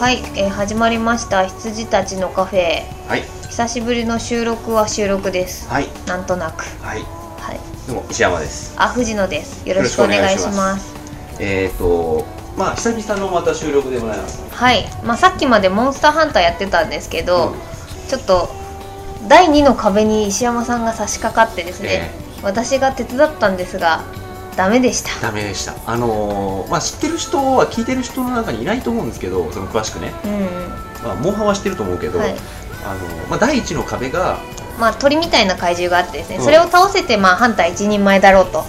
はい、えー始まりました羊たちのカフェはい久しぶりの収録は収録ですはいなんとなくはいはいどうも石山ですあ藤野ですよろしくお願いしよろしくおま願すえっ、ー、とまあ久々のまた収録でございますはい、まあ、さっきまでモンスターハンターやってたんですけど、ちょっと第2の壁に石山さんが差し掛かってですね、私が手伝ったんですがダメでしたダメでしたあのーまあ知ってる人は聞いてる人の中にいないと思うんですけどその詳しくねうんうんまあモンハンは知ってると思うけど、はいあのーまあ第一の壁がまあ鳥みたいな怪獣があってですね、うんそれを倒せてまあハンター一人前だろうと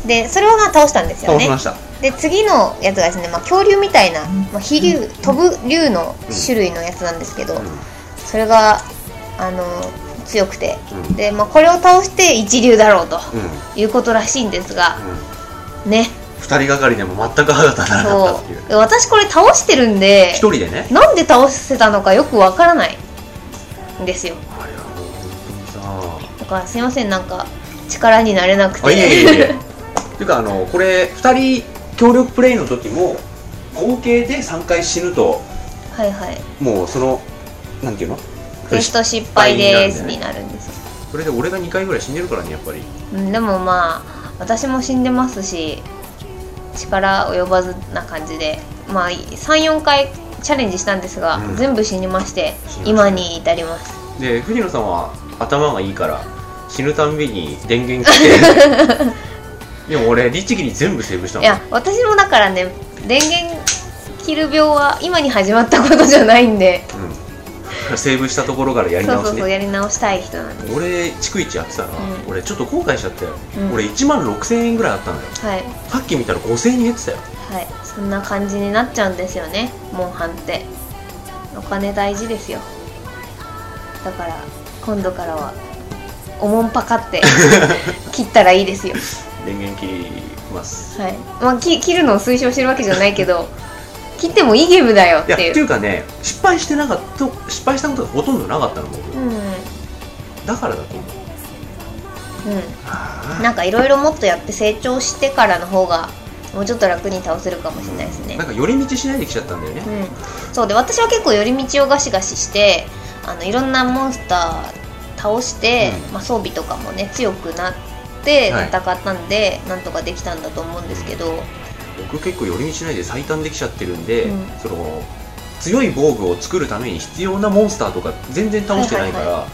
うんでそれはまあ倒したんですよ倒ねしました、で次のやつがですね、まあ、恐竜みたいな、まあ、飛竜飛ぶ竜の種類のやつなんですけど、うそれがあの強くてんうんで、まあ、これを倒して一流だろうとうんうんいうことらしいんですがね二人がかりでも全く歯が立たなかったそっていううで私これ倒してるんで一人でねなんで倒せたのかよくわからないんですよあれはもう本当にさだからすいませんなんか力になれなくてあい えいえいえっていうかあのこれ2人協力プレイの時も合計で3回死ぬとはいはいもうそのなんていうのクエスト失敗ですになるんですそれで俺が2回ぐらい死んでるからねやっぱりうん、でもまあ私も死んでますし力及ばずな感じでまあ34回チャレンジしたんですが、うん全部死にまして死にました今に至りますで藤野さんは頭がいいから死ぬたんびに電源 切ってでも俺律儀に全部セーブしたいのや私もだからね電源切る病は今に始まったことじゃないんで、うん、セーブしたところからやりそう直そしうそうねやり直したい人なんで俺逐一やってたら、うん俺ちょっと後悔しちゃったよ、うん俺1万6000円ぐらいあったのよはいさっき見たら5000円減ってたよはいそんな感じになっちゃうんですよねモンハンってお金大事ですよだから今度からはおもんぱかっ て切ったらいいですよ電源切りますはいまあき切るのを推奨してるわけじゃないけ ど切ってもいいゲームだよっいやていっうていうかね失敗してなかった失敗したことがほとんどなかったの僕、うんだからだと思ううあんなんかいろいろもっとやって成長してからの方がもうちょっと楽に倒せるかもしれないですねなんか寄り道しないで来ちゃったんだよね、うん、そうで私は結構寄り道をガシガシしてあのいろんなモンスター倒して、うんまあ、装備とかもね強くなってはい戦ったんで、なんとかできたんだと思うんですけど、僕結構寄り道しないで最短できちゃってるんで、うんその強い防具を作るために必要なモンスターとか全然倒してないから、はいは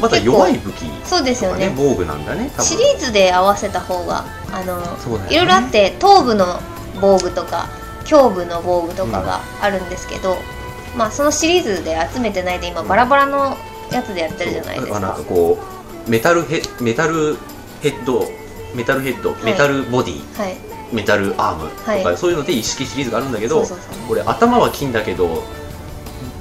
まだ弱い武器そうですとよかねね防具なんだね多分シリーズで合わせた方があの、そうだよいねろいろあって頭部の防具とか胸部の防具とかがあるんですけど、まあそのシリーズで集めてないで今バラバラのやつでやってるじゃないですそうなんかか。こうメタルヘメタルヘッドメタルヘッド、いメタルボディはい、メタルアームとか、はいそういうので一式シリーズがあるんだけどそうそうそうこれ頭は金だけど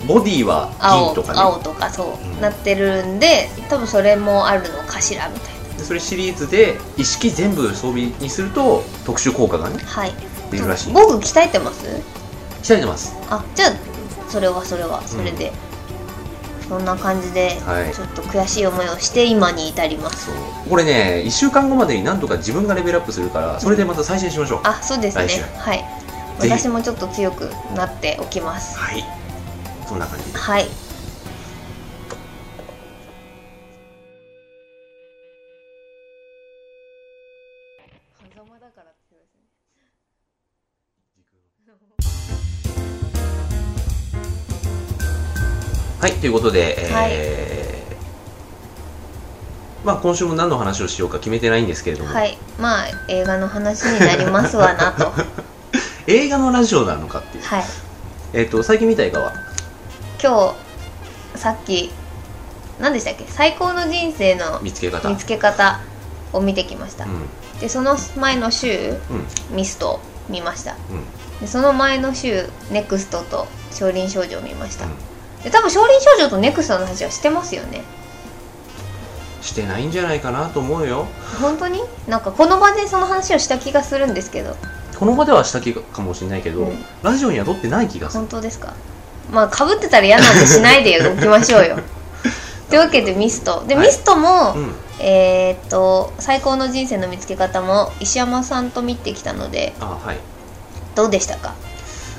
ボディは銀青ととか、かね青とかそう、うんなってるんで多分それもあるのかしらみたいでそれシリーズで一式全部装備にすると特殊効果がねなはい出るらしい防具鍛えてます鍛えてますあじゃあそれはそれはそれで、そんな感じで、はいちょっと悔しい思いをして今に至りますそうこれね1週間後までになんとか自分がレベルアップするからそれでまた再生しましょう、あそうですね来週はいぜひ私もちょっと強くなっておきますはいそんな感じではい狭間だからってはいということで、えーはいまあ、今週も何の話をしようか決めてないんですけれども、はい、まあ映画の話になりますわな とは映画のラジオなのかっていう、いえっと最近見た映画は今日さっき何でしたっけ最高の人生の見つけ方見つけ方を見てきました、うでその前の週んうんミストを見ましたうんでその前の週ネクストと少林少女を見ました、うんで多分少林少女とネクストの話はしてますよねしてないんじゃないかなと思うよ本当になんかこの場でその話をした気がするんですけどこの場ではした気がかもしれないけど、うんラジオには撮ってない気がする本当ですかまあかぶってたら嫌なんでしないでおきましょう よというわけでミストで、はいミストも、うんえーっと最高の人生の見つけ方も石山さんと見てきたのであはいどうでしたか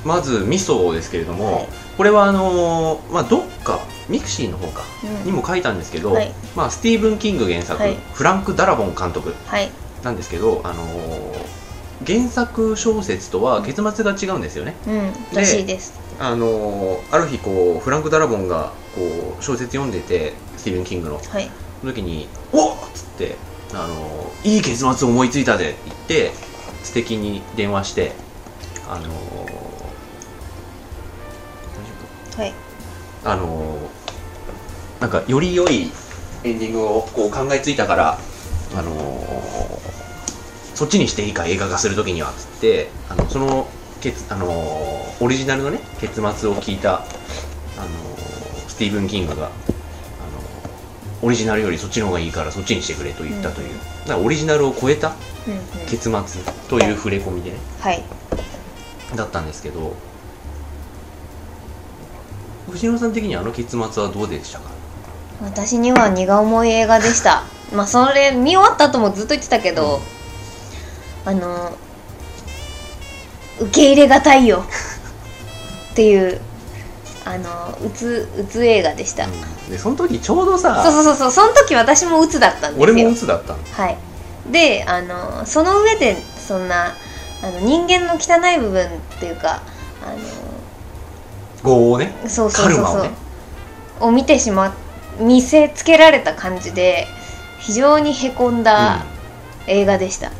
まず味噌ですけれども、はいこれはあのーまあ、どっかミクシーの方かうんにも書いたんですけど、はいまあ、スティーブン・キング原作、はいフランク・ダラボン監督はいなんですけど、あのー原作小説とは結末が違うんですよね、うんらしいですあのーある日こうフランク・ダラボンがこう小説読んでてスティーブン・キングのはいその時に「おっ!」っつって、あのーいい結末を思いついたぜ」って言って素敵に電話してあのー大丈はい夫あのーなんかより良いエンディングをこう考えついたから、あのーそっちにしていいか映画化する時にはっつってあのそのけつ、あのーオリジナルのね結末を聞いた、あのースティーブン・キングが、あのーオリジナルよりそっちの方がいいからそっちにしてくれと言ったという、うんだからオリジナルを超えたうんうん結末という触れ込みでねはいだったんですけど藤野さん的にあの結末はどうでしたか私には荷が重い映画でしたまあそれ見終わった後もずっと言ってたけど、あの受け入れがたいよっていうあのうつうつ映画でした、でその時ちょうどさそうそうそうそうその時私もうつだったんですよ俺も鬱だったのはいであのその上でそんなあの人間の汚い部分っていうかあの業をねそうそうそうカルマそうをを,、ね見てしま見せつけられた感じで非常にへこんだ映画でした、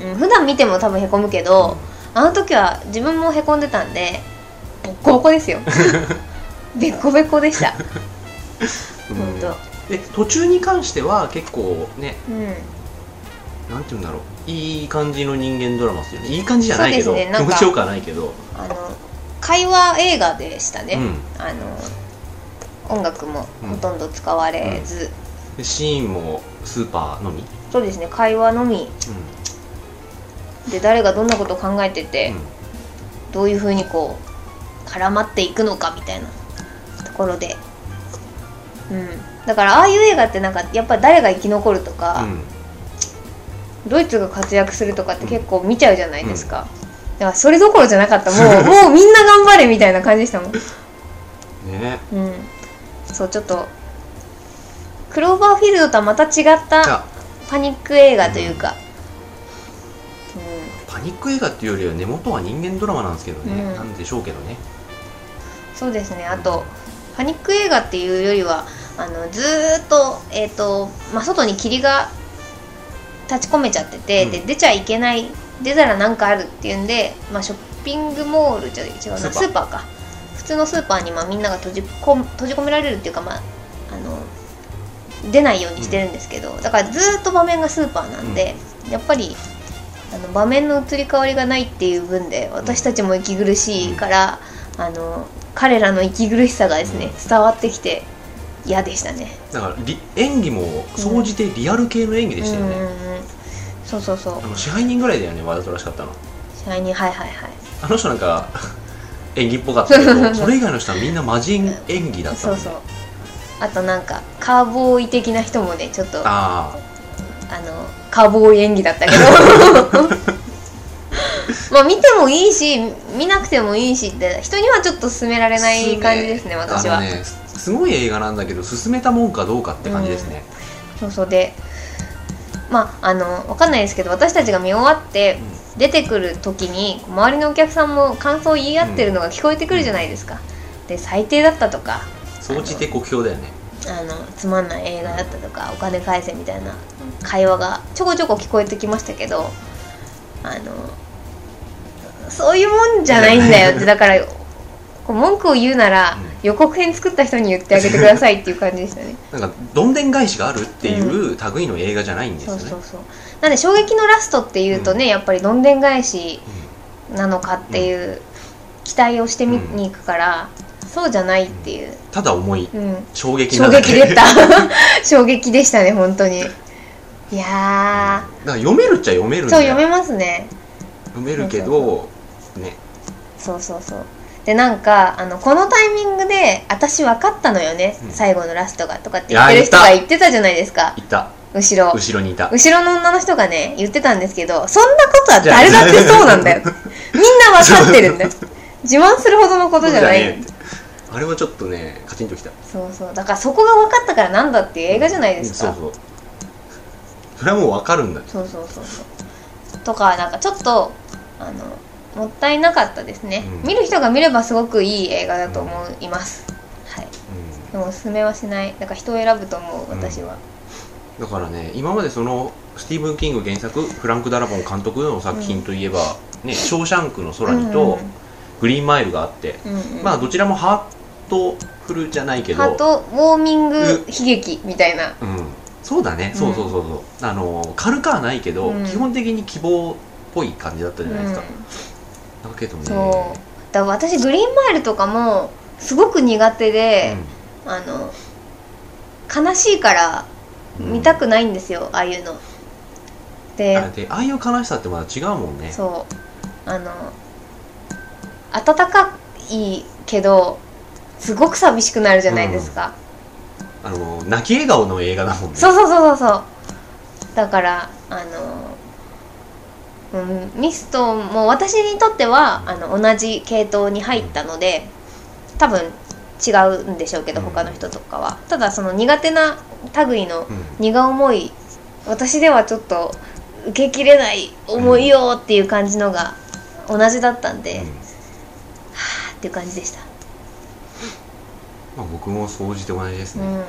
うん、普段見ても多分へこむけど、あの時は自分もへこんでたんでボッコボコです よべこべこでしたうん本当で途中に関しては結構ねうんなんて言うんだろういい感じの人間ドラマですよねいい感じじゃないけそど、うですねな気んか持ちよくはないけど、あの会話映画でしたね、うあの音楽もほとんど使われず、ん、でシーンもスーパーのみ、うんそうですね会話のみで誰がどんなことを考えてて、うんどういうふうにこう絡まっていくのかみたいなところで、うん、だからああいう映画ってなんかやっぱり誰が生き残るとか、うんドイツが活躍するとかって結構見ちゃうじゃないですか、だからそれどころじゃなかった もうもうみんな頑張れみたいな感じでしたもん、ねうん、そうちょっとクローバーフィールドとはまた違ったあパニック映画というか、うん、パニック映画っていうよりは根元は人間ドラマなんですけどね、うんなんでしょうけどねそうですねあとパニック映画っていうよりはあのずーっと,、えーとまあ、外に霧が立ち込めちゃってて、うんで出ちゃいけない出たらなんかあるっていうんで、まあ、ショッピングモールじゃ違うなスースーパパーーか普通のスーパーにまあみんなが閉じこ閉じ込められるっていうか、まあ、あの出ないようにしてるんですけど、だからずーっと場面がスーパーなんで、やっぱりあの場面の移り変わりがないっていう分で私たちも息苦しいから、あの彼らの息苦しさがですね伝わってきて嫌でしたね。だからり演技も総じてリアル系の演技でしたよね、うんうんうんそうそうそうあの支配人ぐらいだよねわざとらしかったの支配人はいはいはいあの人なんか演技っぽか ったけどそれ以外の人はみんな魔人演技だったそのうねそうあとなんかカーボーイ的な人もねちょっとああのカーボーイ演技だったけ どまあ見てもいいし見なくてもいいしって人にはちょっと勧めらあれない感じですね私はあのねすすごい映画なんだけど進めたもんかどうかって感じですね、そうそうでまああのわかんないですけど私たちが見終わって出てくる時に周りのお客さんも感想を言い合ってるのが聞こえてくるじゃないですか、で最低だったとか総じて酷評だよねあのつまんない映画だったとかお金返せみたいな会話がちょこちょこ聞こえてきましたけどあのそういうもんじゃないんだよ ってだからこう文句を言うならうん予告編作った人に言ってあげてくださいっていう感じでしたねなんかどんでん返しがあるっていう類の映画じゃないんですそようね、そうそうなんで衝撃のラストっていうとね、やっぱりどんでん返しなのかっていう期待をしてみうんに行くから、そうじゃないっていう、ただ重いうん、衝撃な衝だ撃けでした 衝撃でしたね本当にいや だから読めるっちゃ読めるーんそうだよ読めますね読めるけどねそうそうそうでなんかあのこのタイミングで「私分かったのよね、うん最後のラストが」とかって言ってる人がいや言ってたじゃないですかいた後ろ後ろにいた後ろの女の人が ね言ってたんですけどそんなことは誰だってそうなんだよみんなわかってるんだよ自慢するほどのことじゃないそうってあれはちょっとねカチンときたそうそうだからそこが分かったからなんだっていう映画じゃないですか、うんそうそうそれはもう分かるんだそうそうそうそうとかなんかちょっとあのもったいなかったですね、うん見る人が見ればすごくいい映画だと思います、はいうんでもおすすめはしないだから人を選ぶと思う私は、だからね今までそのスティーブン・キング原作フランク・ダラボン監督の作品といえば「ね、ショーシャンクの空に」と「グリーンマイル」があって、うんうんうんまあどちらもハートフルじゃないけハーど、トウォーミング悲劇みたいな、うん、そうだね、そうそうそうそうあの軽くはないけど、うん基本的に希望っぽい感じだったじゃないですか、うだけどねんそうだから私グリーンマイルとかもすごく苦手で、あの悲しいからうん見たくないんですよ、ああいうのうんであでああいう悲しさってまた違うもんねそうあの暖かいけどすごく寂しくなるじゃないですか、あの泣き笑顔の映画だもんねそうそうそうそうそうだからあの、うん、ミストも私にとってはあの同じ系統に入ったので多分違うんでしょうけどうん他の人とかは、ただその苦手な類のうん苦重い私ではちょっと受けきれない重いよっていう感じのが同じだったんで、うんっていう感じでした、まあ、僕も総じて同じですうね、ん、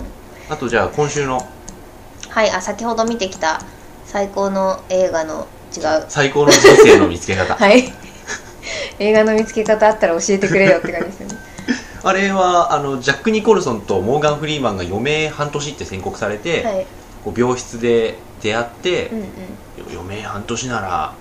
あとじゃあ今週のはいあ先ほど見てきた最高の映画の違う最高の人生の見つけ方 はい映画の見つけ方あったら教えてくれよって感じですよねあれはあのジャック・ニコルソンとモーガン・フリーマンが余命半年って宣告されて、はいこう病室で出会ってうんうん余命半年なら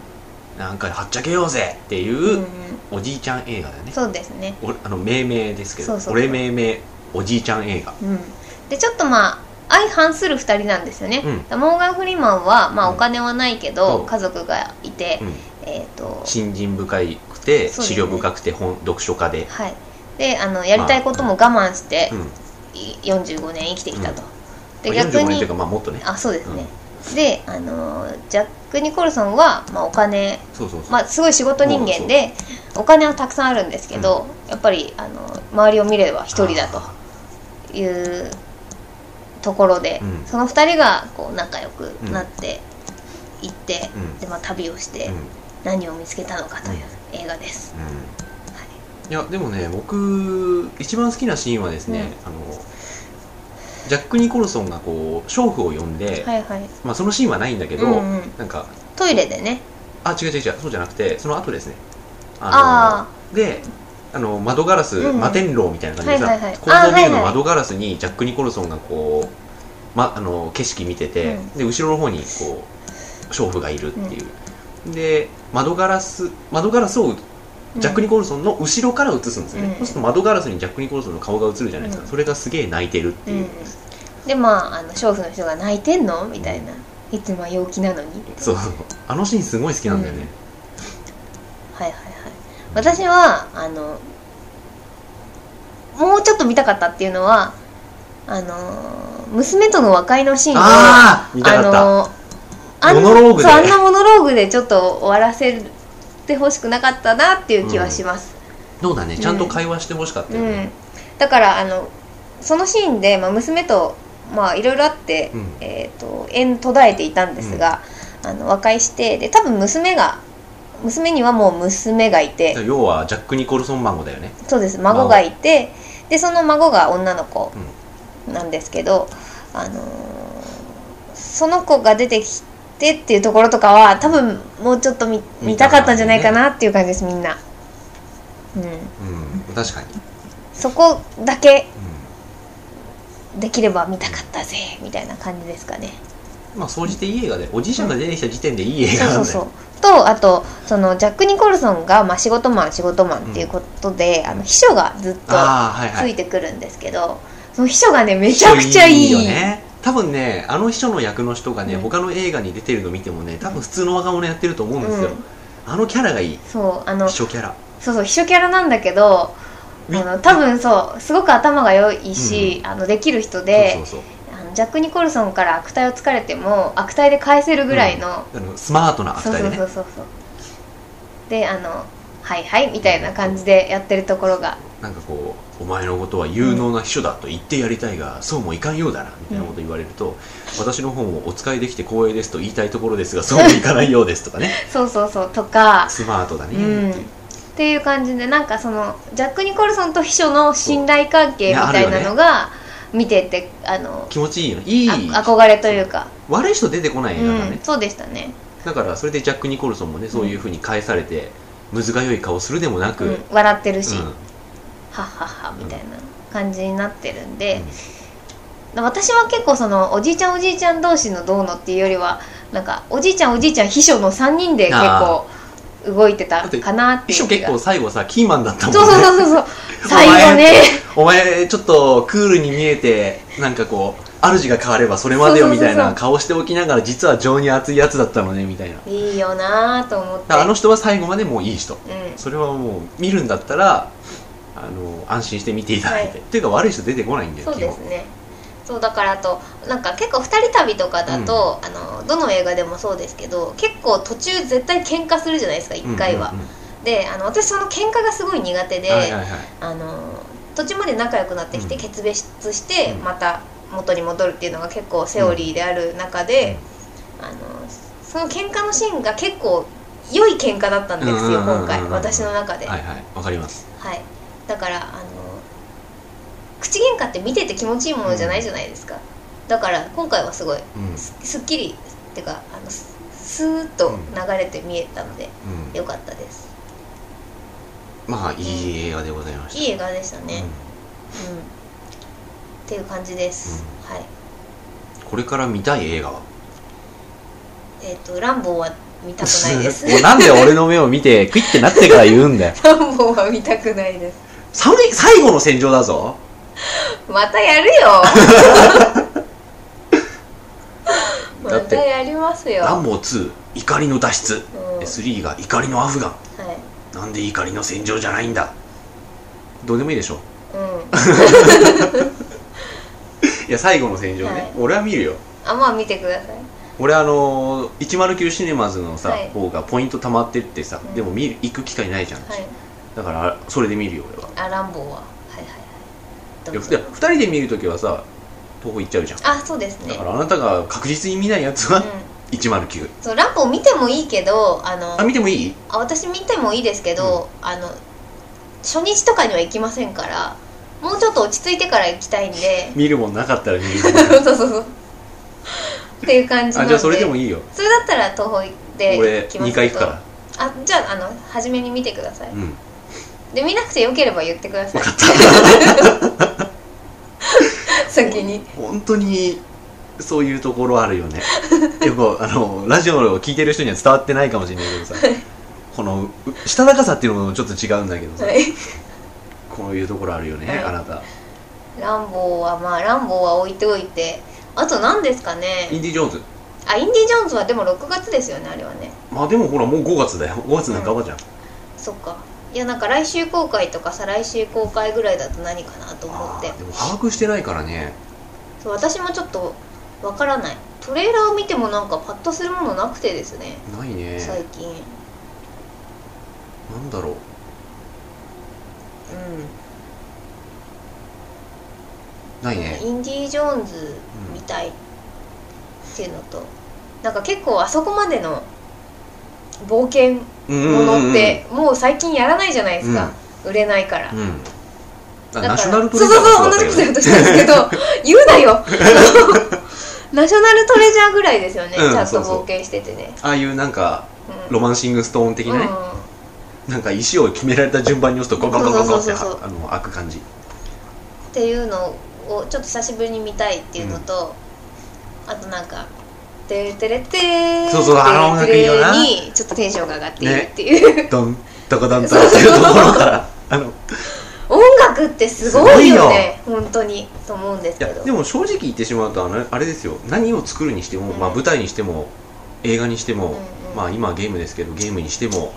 なんかはっちゃけようぜっていうう、んうんおじいちゃん映画だよねそうですねおあの命名ですけどそうそう俺命名おじいちゃん映画うんでちょっとまあ相反する2人なんですよね、うんだからモーガン・フリーマンは、まあ、うんお金はないけど、そう家族がいて、うんえっ、と信心深くそうてですね資料深くて本読書家で、はいであのやりたいことも我慢してうん、い45年生きてきたと、でまあ逆45年といにうかまあもっとねあそうですね、であのージャック・ニコルソンは、まあ、お金、そうそうそう、まあ、すごい仕事人間でお金はたくさんあるんですけど、やっぱりあの周りを見れば一人だあというところで、うんその二人がこう仲良くなっていって、うんでまあ、旅をしてーうん何を見つけたのかという映画です。うんいやでもね僕一番好きなシーンはですね、あのジャック・ニコルソンがこう娼婦を呼んで、はい、はい、はいまあ、そのシーンはないんだけど、うんうんなんかトイレでねあ違う違う違うそうじゃなくてその後ですねああのであの窓ガラス、うん摩天楼みたいな感じでさ、はいはいはい高層ビルあはのいはい窓ガラスにジャック・ニコルソンがこう、ま、あの景色見てて、うんで後ろの方にこう娼婦がいるっていう、で窓ガラス窓ガラスをジャック・ニコルソンの後ろから映すんですよね、うんそうすると窓ガラスにジャック・ニコルソンの顔が映るじゃないですか、うんそれがすげえ泣いてるってうんいう、うんでまああの娼婦の人が泣いてんのみたいな、いつも陽気なのにってそうそうあのシーンすごい好きなんだよね、はいはいはい私はあのもうちょっと見たかったっていうのはあの娘との和解のシーンをああ見たかった、のあんモノローグでそうあんなモノローグでちょっと終わらせてほしくなかったなっていう気はします、そうだねちゃんと会話してほしかったうよんね、だからあのそのシーンで、まあ、娘とまあいろいろあって、うんえー、と縁途絶えていたんですが、あの和解してで多分娘が娘にはもう娘がいて、要はジャック・ニコルソン孫だよねそうです孫がいてでその孫が女の子なんですけど、あのーその子が出てきてっていうところとかは多分もうちょっと見見たかったんじゃないかなっていう感じですみんな、うん、うん確かに、そこだけうできれば見たかったぜみたいな感じですかねん、まあ総じていい映画でおじいちゃんが出てきた時点でいい映そう画なんだそようそうとあとそのジャック・ニコルソンが、まあ、仕事マン仕事マンっていうことで、あの秘書がずっとああはいはついいてくるんですけど、その秘書がねめちゃくちゃいいよね多分ねあの秘書の役の人がね、うん他の映画に出てるの見てもね多分普通の若者やってると思うんですよ、うんあのキャラがいいそうあの秘そう書キャラそう秘書キャラなんだけどあみの多分そうすごく頭が良いし、あのできる人でそうそうあのジャック・ニコルソンから悪態をつかれても悪態で返せるぐらいの、そうあのスマートな悪そう態そでうねそうそうそうであのはいはいみたいな感じでやってるところがなんかこうお前のことは有能な秘書だと言ってやりたいが、そうもいかんようだなみたいなこと言われると、私の本をお使いできて光栄ですと言いたいとこ ろですがそうもいかないようですとかねそうそうそうとかスマートだね、うんっていう感じでなんかそのジャック・ニコルソンと秘書の信頼関係みたいなのが見ててあの気持ちいいよいいあ憧れというか、悪い人出てこない映画だうんね、、そうでしたね、だからそれでジャック・ニコルソンもねそういうふうに返されて、むずがよい顔するでもなく、ううんん、笑ってるし、はっはっはみたいな感じになってるんで、私は結構そのおじいちゃんおじいちゃん同士のどうのっていうよりはなんかおじいちゃんおじいちゃん秘書の3人で結構動いてたかなって秘いう気書結が構最後さキーマンだったもんねそうそうそうそうそう 最後ねお前ちょっとクールに見えてなんかこう主が変わればそれまでよそうみそうそうそうたいな顔しておきながら実は情に熱いやつだったのねみたいなだかいいよなーと思ってらあの人は最後までもういい人うんそれはもう見るんだったらあの安心して見ていただいて、はいっていうか悪い人出てこないんだよそうですねそうだからあとなんか結構2人旅とかだと、あのどの映画でもそうですけど結構途中絶対喧嘩するじゃないですか基本1回は、うんうんうんであの私その喧嘩がすごい苦手で、はいはいはいあの途中まで仲良くなってきてうん決別して、うんまた元に戻るっていうのが結構セオリーである中で、あのその喧嘩のシーンが結構良い喧嘩だったんですうんうんようんうん今回私の中で、ははいいはいわかりますだからあの口喧嘩って見てて気持ちいいものじゃないじゃないですか、だから今回はすごいうんうんすすっきりっていうかあのススーッと流れて見えたので良かったですまあいい映画でございましたいい映画でしたね、ううんんっていう感じです、はいこれから見たい映画はえっ、と「ランボー」は見たくないです もうなんで俺の目を見てクイッてなってから言うんだよランボーは見たくないです寒い最後の戦場だぞまたやる よだまってたやりますよランボー2怒りの脱出、うん3が怒りのアフガンはいなんで怒りの戦場じゃないんだどうでもいいでしょうんいや最後の戦場ね、はい俺は見るよあまあ見てください俺あのー、109シネマズのさ、はい方がポイント溜まってってさ、うんでも見る行く機会ないじゃん、はいだからそれで見るよ俺はあランボーははいはいはいどいやうふぞた二人で見るときはさ東方行っちゃうじゃんあそうですねだからあなたが確実に見ないやつはう109ん、そうランボー見てもいいけどあのあ見てもいいあ私見てもいいですけど、あの初日とかには行きませんからもうちょっと落ち着いてから行きたいん で見るもんなかったら見 るそうそうそうっていう感じなんであじゃあそれでもいいよそれだったら東宝で俺行きます2回行くからあじゃああの初めに見てください、うんで見なくてよければ言ってください 先に本当にそういうところあるよね よくあのラジオを聞いてる人には伝わってないかもしれないけどさこのうしたたかさっていうのもちょっと違うんだけどさ、はいこういうところあるよね、はいあなたランボーはまあランボーは置いておいてあと何ですかインねディ・ジョーンズあインディ・ジョーンズはでも6月ですよねあれはねまあでもほらもう5月だよ5月半ばじゃん、そっかいやなんか来週公開とか再来週公開ぐらいだと何かなと思あってーでも把握してないからねそう私もちょっとわからないトレーラーを見てもなんかパッとするものなくてですねないね最近うんなんだろうないねインディ・ージョーンズみたいっていうのと、なんか結構あそこまでの冒険うんうんもうんのってもう最近やらないじゃないですか、売れないから、うんあだからナショナルトそレうジャーそうそうも同だじっことたよ言おうとしたんでねすけど 言うなよナショナルトレジャーぐらいですよね、うんちゃんとそうそう冒険しててねああいうなんかうんロマンシングストーン的なね、うんなんか石を決められた順番に押すとゴゴゴゴゴってそうそうそうそうあの開く感じっていうのをちょっと久しぶりに見たいっていうのと、あとなんか「テレテレテー」そうそうあの音楽いいよなにちょっとテンションが上がっているっていう、ドンドコドンドンっていうところから あのい音楽ってすごいよね本当にと思うんですけやどでも正直言ってしまうとあのあれですよ何を作るにしても、うんまあ、舞台にしても映画にしても、うんうんまあ今はゲームですけどゲームにしても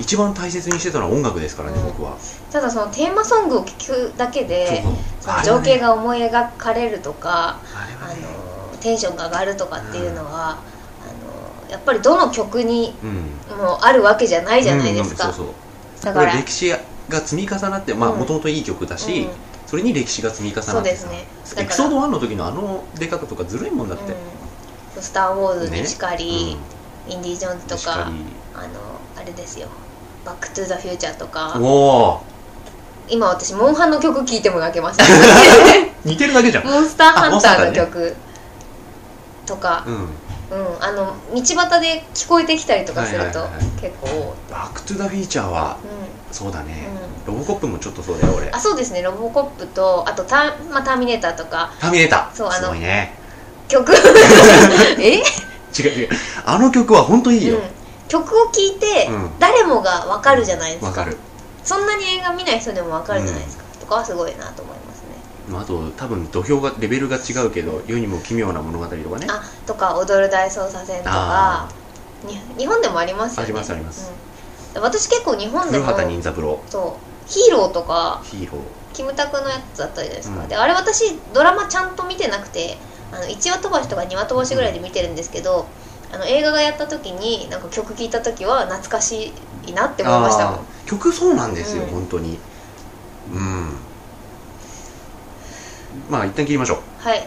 一番大切にしてたのは音楽ですからね、うん僕はただそのテーマソングを聴くだけでそのそ情う景が思い描かれるとか、あれあはねのテンションが上がるとかっていうのは、あのやっぱりどの曲にうんもあるわけじゃないじゃないですか、うん、そうそうだこかれら歴史が積み重なってまあうんもともといい曲だし、うんそれに歴史が積み重なってさそうですねだからエピソード1の時のあの出方とかずるいもんだって、うん「スター・ウォーズ」にしかり、インディ・ジョーンズ」としかかあのあれですよ「バック・トゥ・ザ・フューチャー」とりかおお今私モンハンの曲聴いても泣け ました似てるだけじゃんモンスターハンターのあモンスターハンタ曲とか、うんうん、あの道端で聞こえてきたりとかするとはいはいはい結構、バック・トゥ・ザ・フィーチャーはそうだね、ロボコップもちょっとそうだよう俺ん、あそうですね「ロボコップと」あとター、まあ「ターミネーター」とかターミネーターそうあのすごいね 曲え、違う違うあの曲は本当いいよ、うん、曲を聴いてうん誰もが分かるじゃないですか,、わかる、そんなに映画見ない人でも分かるじゃないですか、とかはすごいなと思いますねまあ、あと多分土俵がレベルが違うけど世にも奇妙な物語とかねあとか「踊る大捜査線」とかに日本でもありますよねありますあります、うん私結構日ー本で古も畑任三郎そうヒーローとかヒーローキムタクのやつだったじゃないですか、うんであれ私ドラマちゃんと見てなくてあの1話飛ばしとか2話飛ばしぐらいで見てるんですけど、あの映画がやった時になんか曲聴いた時は懐かしいなって思いましたもんあー曲そうなんですよ、うん本当にうんまあ一旦切りましょうはい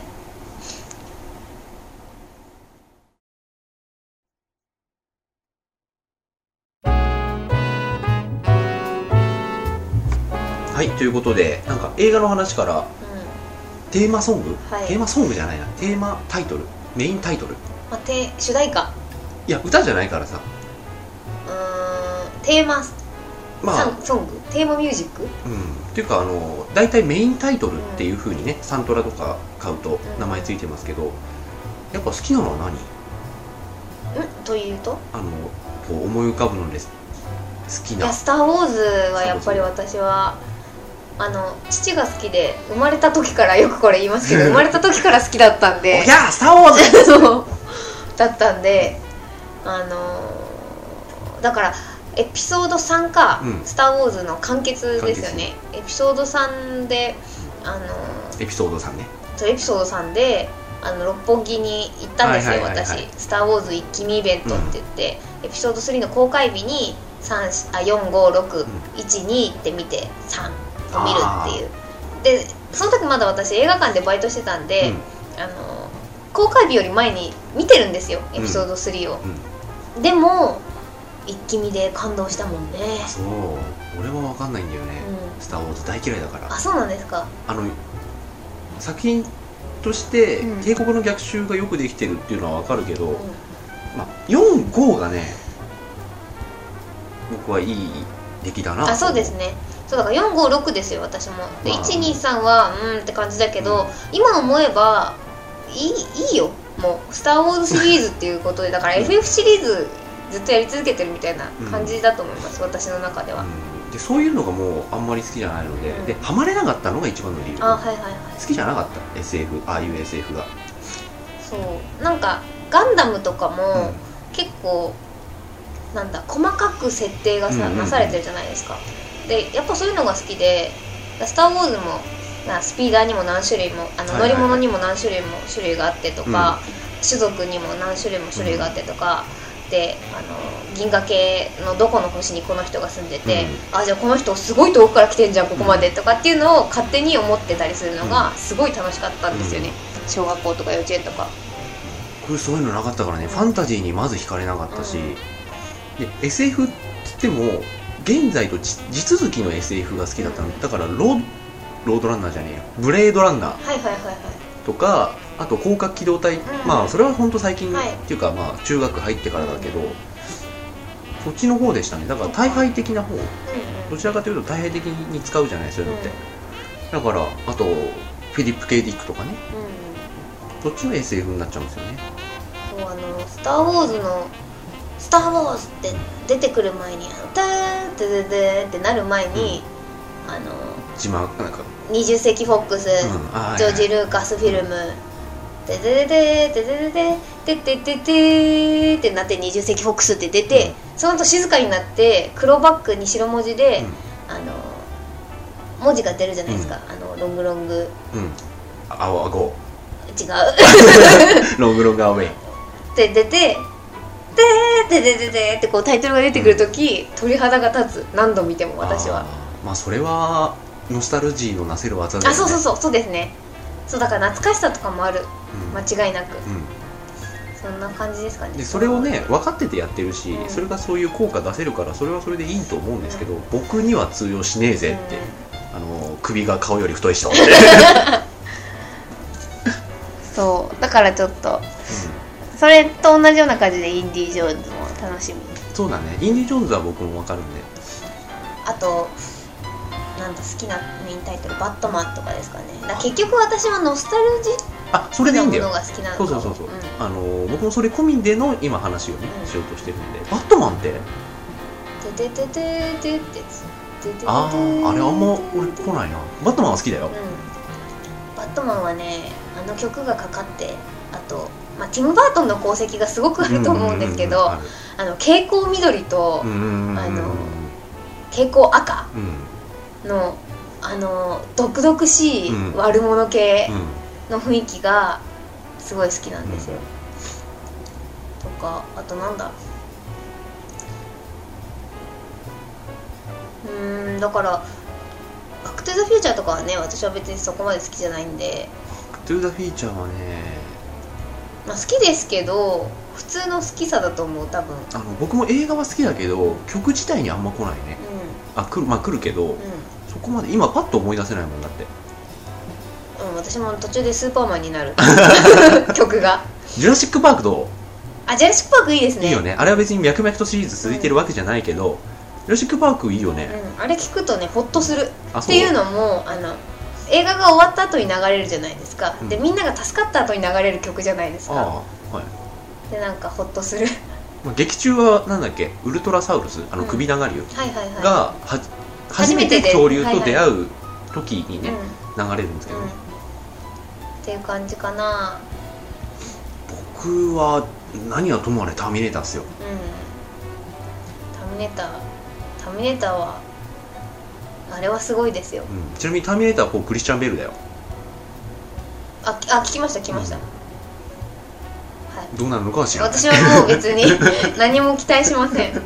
はいということでなんか映画の話からうんテーマソング、はいテーマソングじゃないなテーマタイトルメインタイトルまあ、て主題歌いや歌じゃないからさうーんテーマまあサンソングテーマミュージックうんうんっていうかあの大体メインタイトルっていうふうにねサントラとか買うと名前ついてますけどやっぱ好きなのは何というとあのこう思い浮かぶのです好きいなや「スター・ウォーズ」はやっぱり私はあの父が好きで生まれた時からよくこれ言いますけ ど生まれた時から好きだったんおでぎゃースター・ウォー ズそうだったんであのーだからエピソード3か「うんスター・ウォーズ」の完結ですよねエピソード3であのーエピソード3ねそうエピソード3であの六本木に行ったんですよ、はいはいはいはい私「スター・ウォーズ一気見イベント」って言って、エピソード3の公開日に3あ4561、2って見て3を見るっていうでその時まだ私映画館でバイトしてたんで、あの公開日より前に見てるんですよエピソード3をう、ん、うんでも一気見で感動したもんね、そう俺も分かんないんだよねう、ん、スター・ウォーズ大嫌いだからあそうなんですかあの作品としてうん帝国の逆襲がよくできてるっていうのは分かるけど、うんまあ、45がね僕はいい出来だなと思あそうですねそうだから456ですよ私もでまあ123はうーんって感じだけど、うん今思えばいいいいよもう「スター・ウォーズ」シリーズっていうこと でだからうん FF シリーズずっとやり続けてるみたいな感じだと思います、私の中では、うんでそういうのがもうあんまり好きじゃないので、うんでハマれなかったのが一番の理由あはいはいはい好きじゃなかった SF ああいう SF が、そうなんかガンダムとかも、うん結構なんだ細かく設定がさ、うんうんうんなされてるじゃないですかでやっぱそういうのが好きで「スター・ウォーズも」なスピーダーにも何種類もあのはい乗はいり物にも何種類も種類があってとか、種族にも何種類も種類があってとか、であの銀河系のどこの星にこの人が住んでて、あじゃあこの人すごい遠くから来てんじゃんここまでとかっていうのを勝手に思ってたりするのがすごい楽しかったんですよね、小学校とか幼稚園とか。僕そういうのなかったからねファンタジーにまず惹かれなかったし、うんで SF っつっても現在と地地続きの SF が好きだったのだからローロードランナーじゃねえよブレードランナーはいはいはいはいとかあと広角機動隊、んまあそれは本当最近、はいっていうかまあ中学入ってからだけど、そっちの方でしたねだから大敗的な方うんどちらかというと大敗的に使うじゃないそういうのって、だからあとフィリップ・ケイディックとかねうんうんそっちの SF になっちゃうんですよねそうあの「スター・ウォーズ」の「スター・ウォーズ」って出てくる前に「ターンってででってなる前に、あの字幕なんか、 20世紀フォックス、うんあはいはいジョージ・ルーカスフィルム、でででででででででででってなって20世紀フォックスって出て、その後静かになって黒バックに白文字で、あの文字が出るじゃないですか、あのロングロングうんうん青あご違うロングロングアウェイって出て「でーててててってこうタイトルが出てくるとき、鳥肌が立つ何度見ても私はあーまあそれはノスタルジーのなせる技だあよそねうそううそうそうですねそうだから懐かしさとかもあるん、間違いなくうそんな感じですかん、ねでそれをね分かっててやってるし、うんそれがそういう効果出せるからそれはそれでいいと思うんですけど、僕には通用しねえぜって、うんあの首が顔より太い人、うんそうだからちょっとそれと同じような感じでインディ・ジョーンズも楽しみそうだねインディ・ジョーンズは僕も分かるんであとなんだ好きなメインタイトル「バットマン」とかですかねだから結局私はノスタルジあそれックでいないもんのだよが好きなのそうかそもうそうそんう、あの僕もそれ込みでの今話をねうんしようとしてるんでバットマンっててててててってやつててててあああれあんま俺来いないなバットマンは好きだよ、バットマンはねあの曲がかかってあと、まあ、ティム・バートンの功績がすごくあると思うんですけど、あるあの蛍光緑とうんうんうんあの蛍光赤うんのあの毒々しいうん悪者系うんの雰囲気がすごい好きなんですよ、とかあとなんだうーんだから「バック・トゥ・ザ・フューチャー」とかはね私は別にそこまで好きじゃないんで、トゥーザフィーチャーはねまあ、好きですけど普通の好きさだと思う多分あの僕も映画は好きだけど曲自体にあんま来ないねあ来るまあ来るけどうんそこまで今パッと思い出せないもんだってうん、うん、私も途中でスーパーマンになる 曲がジュラシック・パークとあジャラシック・パークいいですねいいよねあれは別に脈々とシリーズ続いてるわけじゃないけど、ジュラシック・パークいいよね、うん、あれ聞くとねほっとするあっそていうのもあの映画が終わった後に流れるじゃないですか、うんでみんなが助かった後に流れる曲じゃないですかああはい、でなんかホッとするまあ、劇中はなんだっけウルトラサウルスあの首長竜はいはいはいがは、初めて恐竜と出会う時 にね、流れるんですうけんど、うん、っていう感じかな僕は何はともあれターミネーターっすようんタミネータータミネーターはあれはすごいですようんちなみにターミネーターはこうクリスチャン・ベールだよあきあ聞きました聞きました、うんはいどうなるのかは知らない私はもう別に 何も期待しません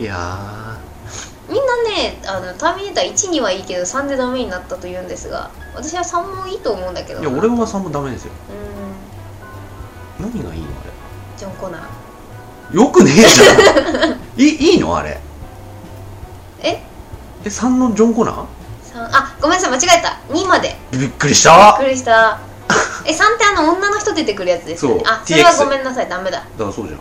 いやみんなねあの「ターミネーター1」にはいいけど3でダメになったと言うんですが私は3もいいと思うんだけどーいなや俺はさんもダメですようん何がいいのジョン・コナーあれよくねえじゃん いいいのあれええ3のジョン・コナー三あごめんなさい間違えた2までびっくりしびったくりしたえ3ってあの女の人出てくるやつですよねそうあそれは TX ごめんなさいダメだだからそうじゃ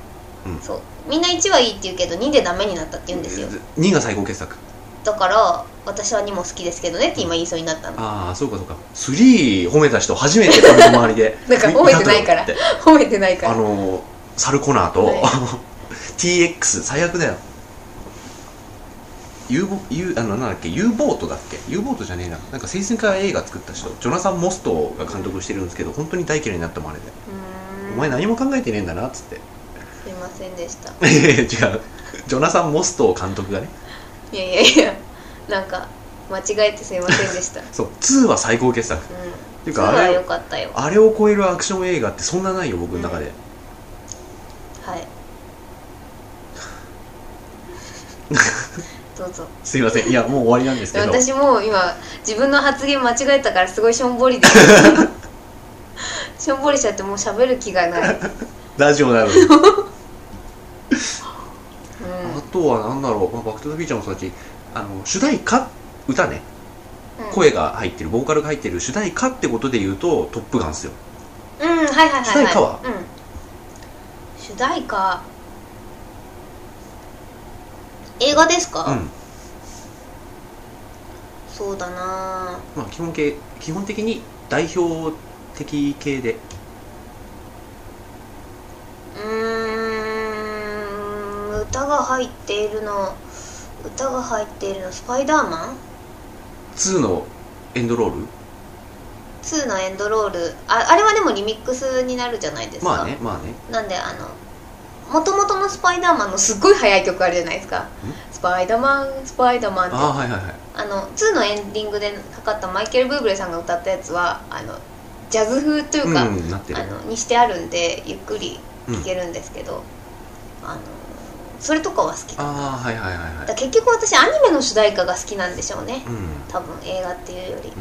んそうみんな1はいいって言うけど2でダメになったって言うんですよ2が最高傑作だから私は2も好きですけどねって今言いそうになったの ああそうかそうか3褒めた人初めて俺の周りでだから褒めて ないから見たと思って褒めてないかあらのーサルコナーと、はい TX 最悪だよ U ボ U あのなんだっけ U ボートだっけ U ボートじゃねえななんか精神科映画作った人ジョナサン・モストが監督してるんですけど本当に大嫌いになったもんあれで、うーんお前何も考えてねえんだなっつってすいませんでしたいや いや違うジョナサン・モスト監督がねいやいやいやなんか間違えてすいませんで したそう2は最高傑作うんていうそかうあはれ良をかったよあれを超えるアクション映画ってそんなないよ僕の中で、 はいどうぞすいませんいやもう終わりなんですけど私もう今自分の発言間違えたからすごいしょんぼり ですしょんぼりしちゃってもう喋る気がない、うん、ラジオなのにあとは何だろう、まあ、バック・トゥ・ザ・フューチャーもそうだしあの主題歌歌ね声が入ってるボーカルが入ってる主題歌ってことで言うと「トップガン」っすようん、うん、はいはいはい、はい、主題歌はうん、主題歌映画ですか、うんそうだなまあ基本系基本的に代表的系でうーん歌が入っているの歌が入っているのスパイダーマン2のエンドロール2のエンドロールああれはでもリミックスになるじゃないですか、まあねまあねなんであのもともとのスパイダーマンのすっごい速い曲あるじゃないですかスパイダーマンスパイダーマンってあああはいはいはいの2のエンディングでかかったマイケル・ブーブレさんが歌ったやつはあのジャズ風というか、うんなってるあのにしてあるんでゆっくり聴けるんですけど、あのそれとかは好きだああはいはいはいはからい結局私アニメの主題歌が好きなんでしょうねうん、うん、多分映画っていうより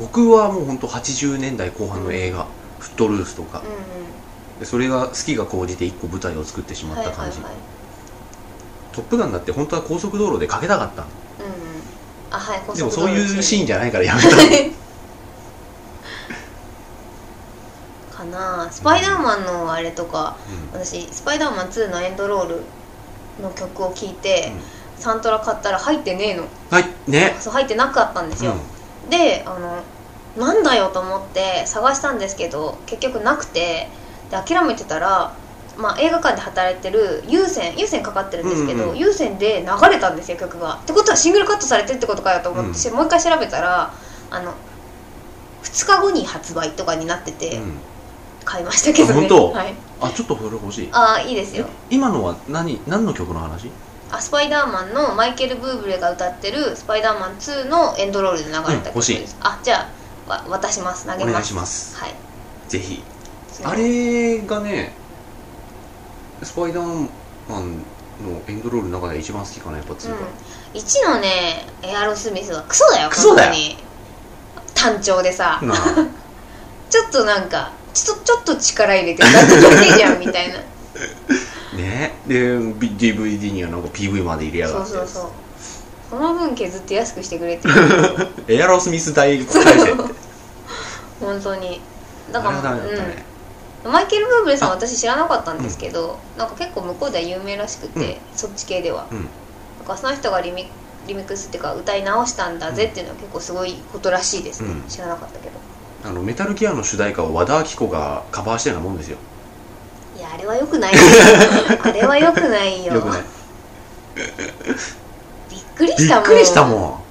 僕はもうほんと80年代後半の映画「フットルース」とかうんうんでそれが好きが高じて1個舞台を作ってしまはっいたはい感じ、はいトップガン」だって本当は高速道路でかけたかったうんうんあはい高でも速そ道う路いうシーンじゃないからやめたンかなあスパイダーマンのあれとか私スパイダーマン2のエンドロールの曲を聴いて、サントラ買ったら入ってねえのはいねそう入ってなかったんですよ、であのなんだよと思って探したんですけど結局なくてで諦めてたら、まあ、映画館で働いてる有線有線かかってるんですけうんど、うん有線で流れたんですよ曲がってことはシングルカットされてるってことかよと思って、もう一回調べたらあの2日後に発売とかになってうてんうん買いましたけどね、あ本当はい、あちょっとそれ欲しいああいいですよえ今のは何何の曲の話あスパイダーマンのマイケル・ブーブレが歌ってる「スパイダーマン2」のエンドロールで流れた曲うん欲しいです、あじゃあわ渡します投げおます願いしますはいぜひあれがねスパイダーマンのエンドロールの中で一番好きかなやっぱ2が、うん、1のねエアロスミスはクソだよクソだ本よ当に単調でさ、なあちょっとなんかちょっとちょっと力入れて歌ってきてえじゃんみた いなねで B- DVD にはなんか PV まで入れやそがうってそうそうその分削って安くしてくれてるエアロスミス大回戦って 本当にだあかれはダらメだったね、うん、マイケル・ブーブレさんは私知らなかったんですけど、なんか結構向こうでは有名らしくて、そっち系ではうんだからその人がリミリミックスっていうか歌い直したんだぜっていうのは結構すごいことらしいですね、うん知らなかったけどあのメタルギアの主題歌を和田アキ子がカバーしたようなもんですよいやあれは良く ないよあれは良くないよよくないびっくりびしったもんくりしたもん、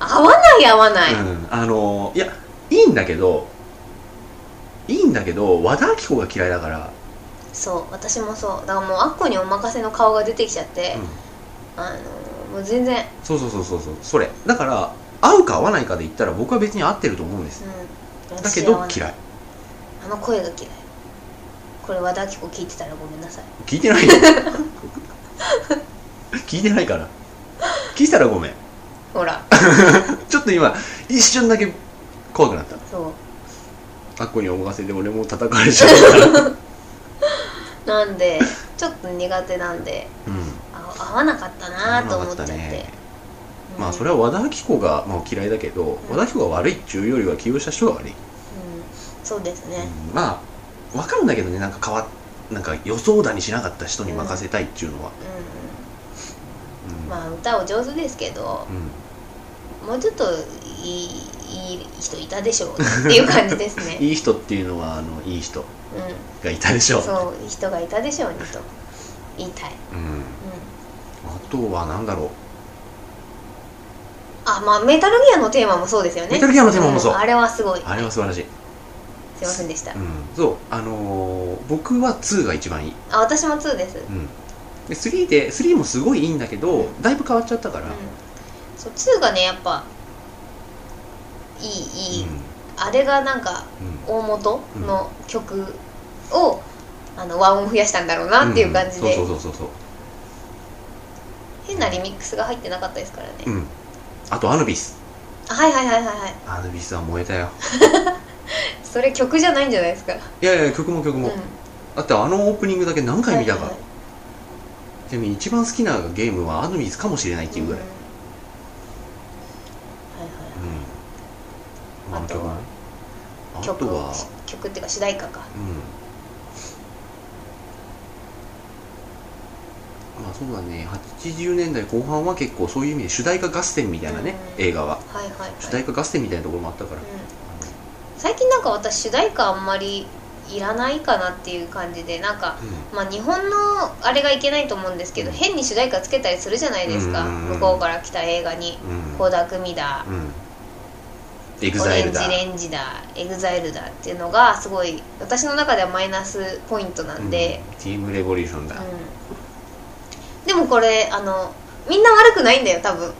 合わない合わない、うん、あのいやいいんだけどいいんだけど和田アキ子が嫌いだから、そう私もそうだからもうあっこにお任せの顔が出てきちゃってう、んあのもう全然そうそうそうそうそうそれだから合うか合わないかで言ったら僕は別に合ってると思うんですうんだけ私合どわない嫌いあの声が嫌いこれ和田アキ子聞いてたらごめんなさい聞い てないよ聞いてないから聞いたらごめんほらちょっと今一瞬だけ怖くなったそあっこにお任せで俺もう叩かれちゃうからうなんでちょっと苦手なんでうんあ合わなかったなと思っちゃって、うんまあそれは和田アキ子が、まあ、嫌いだけど、ん和田アキ子が悪いっていうよりは起用した人が悪い、うん、そうですね、うんまあわかるんだけどねなんか変わなんか予想だにしなかった人に任せたいっていうのは、う、うんんまあ歌お上手ですけどうんもうちょっといいいい人いたでしょうっていう感じですね、 いい人っていうのはあのいい人うがいたでしょん、そう人がいたでしょうにと言いたい、うん、うん、あとはなんだろあまあメタルギアのテーマもそうですよねメタルギアのテーマもそうんあれはすごいうあれは素晴らしい、すいませんでした、うん、そうあのー僕は2が一番いい、あ私も2です、うん、うん、で3で3もすごいいいんだけどだいぶ変わっちゃったから、そう2がねやっぱいいいい、うんあれがなんか大元の曲を、あの和音増やしたんだろうなっていう感じで、うんそうそうそうそう変なリミックスが入ってなかったですからね、そううんあとアヌビスあはいはいはいはいはいアヌビスは燃えたよそれ曲じゃないんじゃないですかいやいや曲も曲も、うんだってあのオープニングだけ何回見たか、はいはいちなみに一番好きなゲームはアヌビスかもしれないっていうぐらい、はいうん、あとはあはいの曲曲もねをあとは曲っていうか主題歌かうんまあそうだね80年代後半は結構そういう意味で主題歌合戦みたいなね、うん映画ははいはい、はい主題歌合戦みたいなところもあったから、うん、最近なんか私主題歌あんまりいらないかなっていう感じでなんかうんまあ日本のあれがいけないと思うんですけど変に主題歌つけたりするじゃないですかうん向こうから来た映画にうん倖田來未だうんエグオザイレルンジだレンジだエグザイルだっていうのがすごい私の中ではマイナスポイントなんで、うんチームレボリューションだうん、でもこれあのみんな悪くないんだよ多分うん、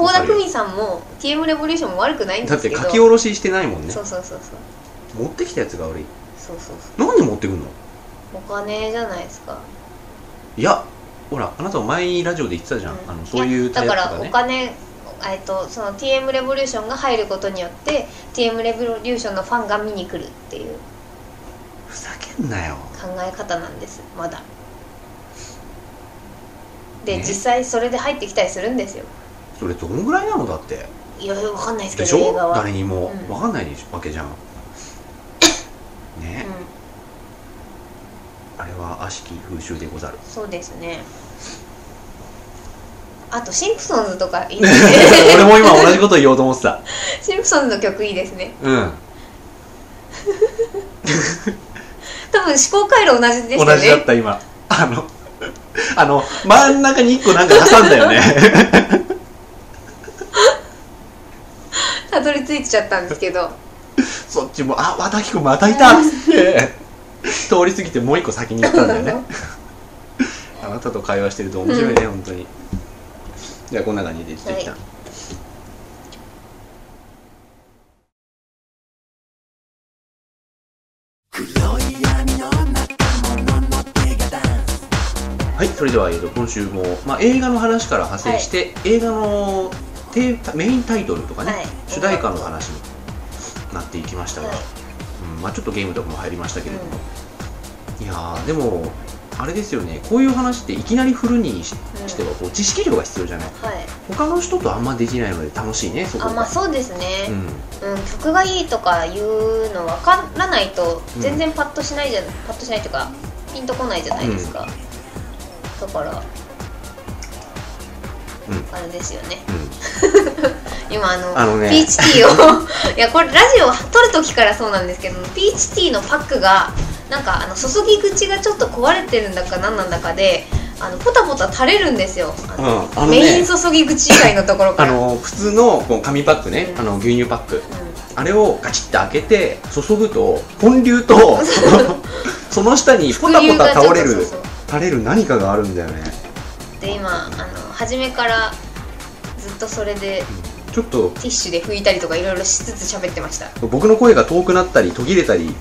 倖田來わかるよ未さんも TM レボリューションも悪くないんだでっすけてど書き下ろししてないもんねそうそうそうそう持ってきたやつが悪いそうそうそうなんで持ってくんのお金じゃないですかいやほらあなたも前にラジオで言ってたじゃん、うんあのそういうタだイプかとらかおね金えっとその TM レボリューションが入ることによって TM レボリューションのファンが見に来るっていうふざけんなよ考え方なんですまだで、ね実際それで入ってきたりするんですよそれどんぐらいなのだっていやいやわかんないですけでしど映ょ画は、誰にも、うんわかんないわけじゃんね、うあれは悪しき風習でござるん、そうですねあとシンプソンズとかいいです ね俺も今同じこと言おうと思ってたシンプソンズの曲いいですねうん多分思考回路同じですよね同じだった今あの あの真ん中に1個なんか挟んだ よねたどり着いちゃったんですけどそっちも「あわたきくんまたいた」っつって通り過ぎてもう1個先に行ったんだよねあなたと会話してると面白いね、本当にじゃあこんな感じでちょっと一旦、ははい、それでは、えー、と今週も、まあ、映画の話から派生して、映画のテーメインタイトルとかね、はい主題歌の話になっていきましたが、はいうんまあ、ちょっとゲームとかも入りましたけれども、いやーでもあれですよねこういう話っていきなり振るにしうんしてはこう知識量が必要じゃないはい他の人とあんまできないので楽しいねそこあがまあそうですね、うんうん、曲がいいとかいうの分からないとうん全然パッとしないじゃん、パッとしないというかピンとこないじゃないですか、だからうんあれですよねうん今あのあのねピーチティー をいやこれラジオ撮る時からそうなんですけどピーチティーのパックがなんかあの注ぎ口がちょっと壊れてるんだか何なんだかであのポタポタ垂れるんですよあの、うんあのねメイン注ぎ口以外のところかあら の普通のこの紙パックね、うんあの牛乳パックうんあれをガチッと開けて注ぐと本流 とその下にポタポタ倒れるそうそう垂れる何かがあるんだよねで今あの初めからずっとそれでちょっとティッシュで拭いたりとかいろいろしつつ喋ってました僕の声が遠くなったり途切れたり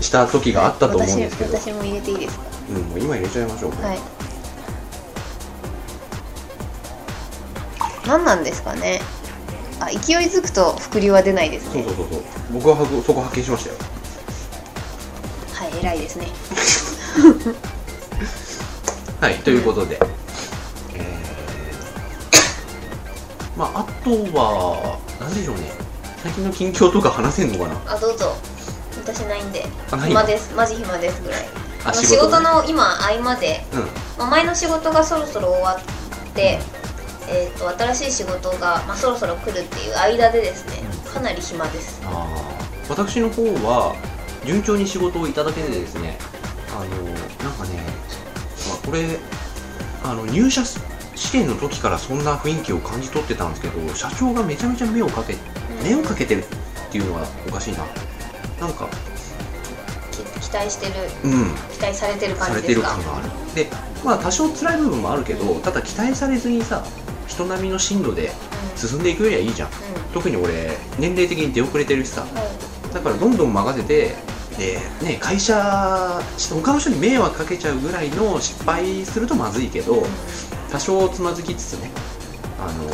した時があったと思うんですけど、私私も入れていいですかうん、もう今入れちゃいましょうか、はい何なんですかねあ勢いづくと伏流は出ないですそうねそうそうそう僕はそこ発見しましたよはい偉いですねはいということで、えーまああとは何でしょうね最近の近況とか話せんのかなあどうぞ私ないんであない暇ですマジ暇ですぐらいああの仕仕事,、事ねの今合間で、うんまあ、前の仕事がそろそろ終わって、えー、と新しい仕事が、まあ、そろそろ来るっていう間でですねかなり暇ですあー私の方は順調に仕事をいただけてですねあのなんかね、まあ、これあの入社す試験の時からそんな雰囲気を感じ取ってたんですけど社長がめちゃめちゃ目をかけ目をかけてるっていうのはおかしいななんかき期待してるうん期待されてるさ感れじてでるすか感があるでまあ多少辛い部分もあるけどただ期待されずにさ人並みの進路で進んでいくよりはいいじゃんうんうん特に俺年齢的に出遅れてるしさはいだからどんどん任せてで、ね、会社他の人に迷惑かけちゃうぐらいの失敗するとまずいけど多少つまずきつつねあの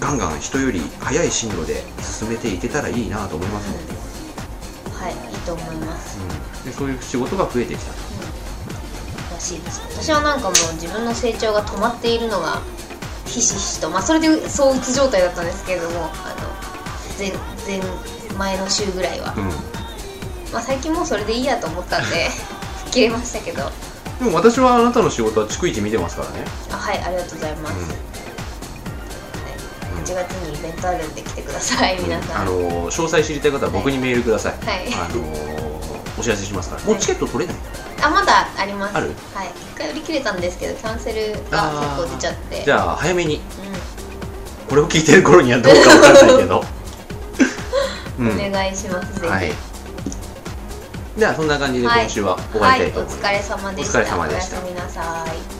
ガンガン人より早い進路で進めていけたらいいなと思いますね、はいいいと思いますうん、でそういう仕事が増えてきたらしいです私はなんかもう自分の成長が止まっているのがひしひしとまあそれで躁鬱状態だったんですけれどもあの前前前の週ぐらいは、うんまあ最近もうそれでいいやと思ったん で吹っ切れましたけどあでも私はあなたの仕事は逐一見てますからね、はいありがとうございます、うん8月にイベントあるんで来てください皆さあん、の詳細知りたい方は僕にメールください、はいあの お知らせしますからもうチケット取れないあまだありますあるはい1回売り切れたんですけどキャンセルが結構出ちゃってじゃあ早めにうこれを聞いてる頃にはどうかわからないけ どうんん、お願いします、ぜひはいじゃあそんな感じではい今週は終わはりたいいとお思います、疲れ様でしたお疲れ様でしおたやすみなさい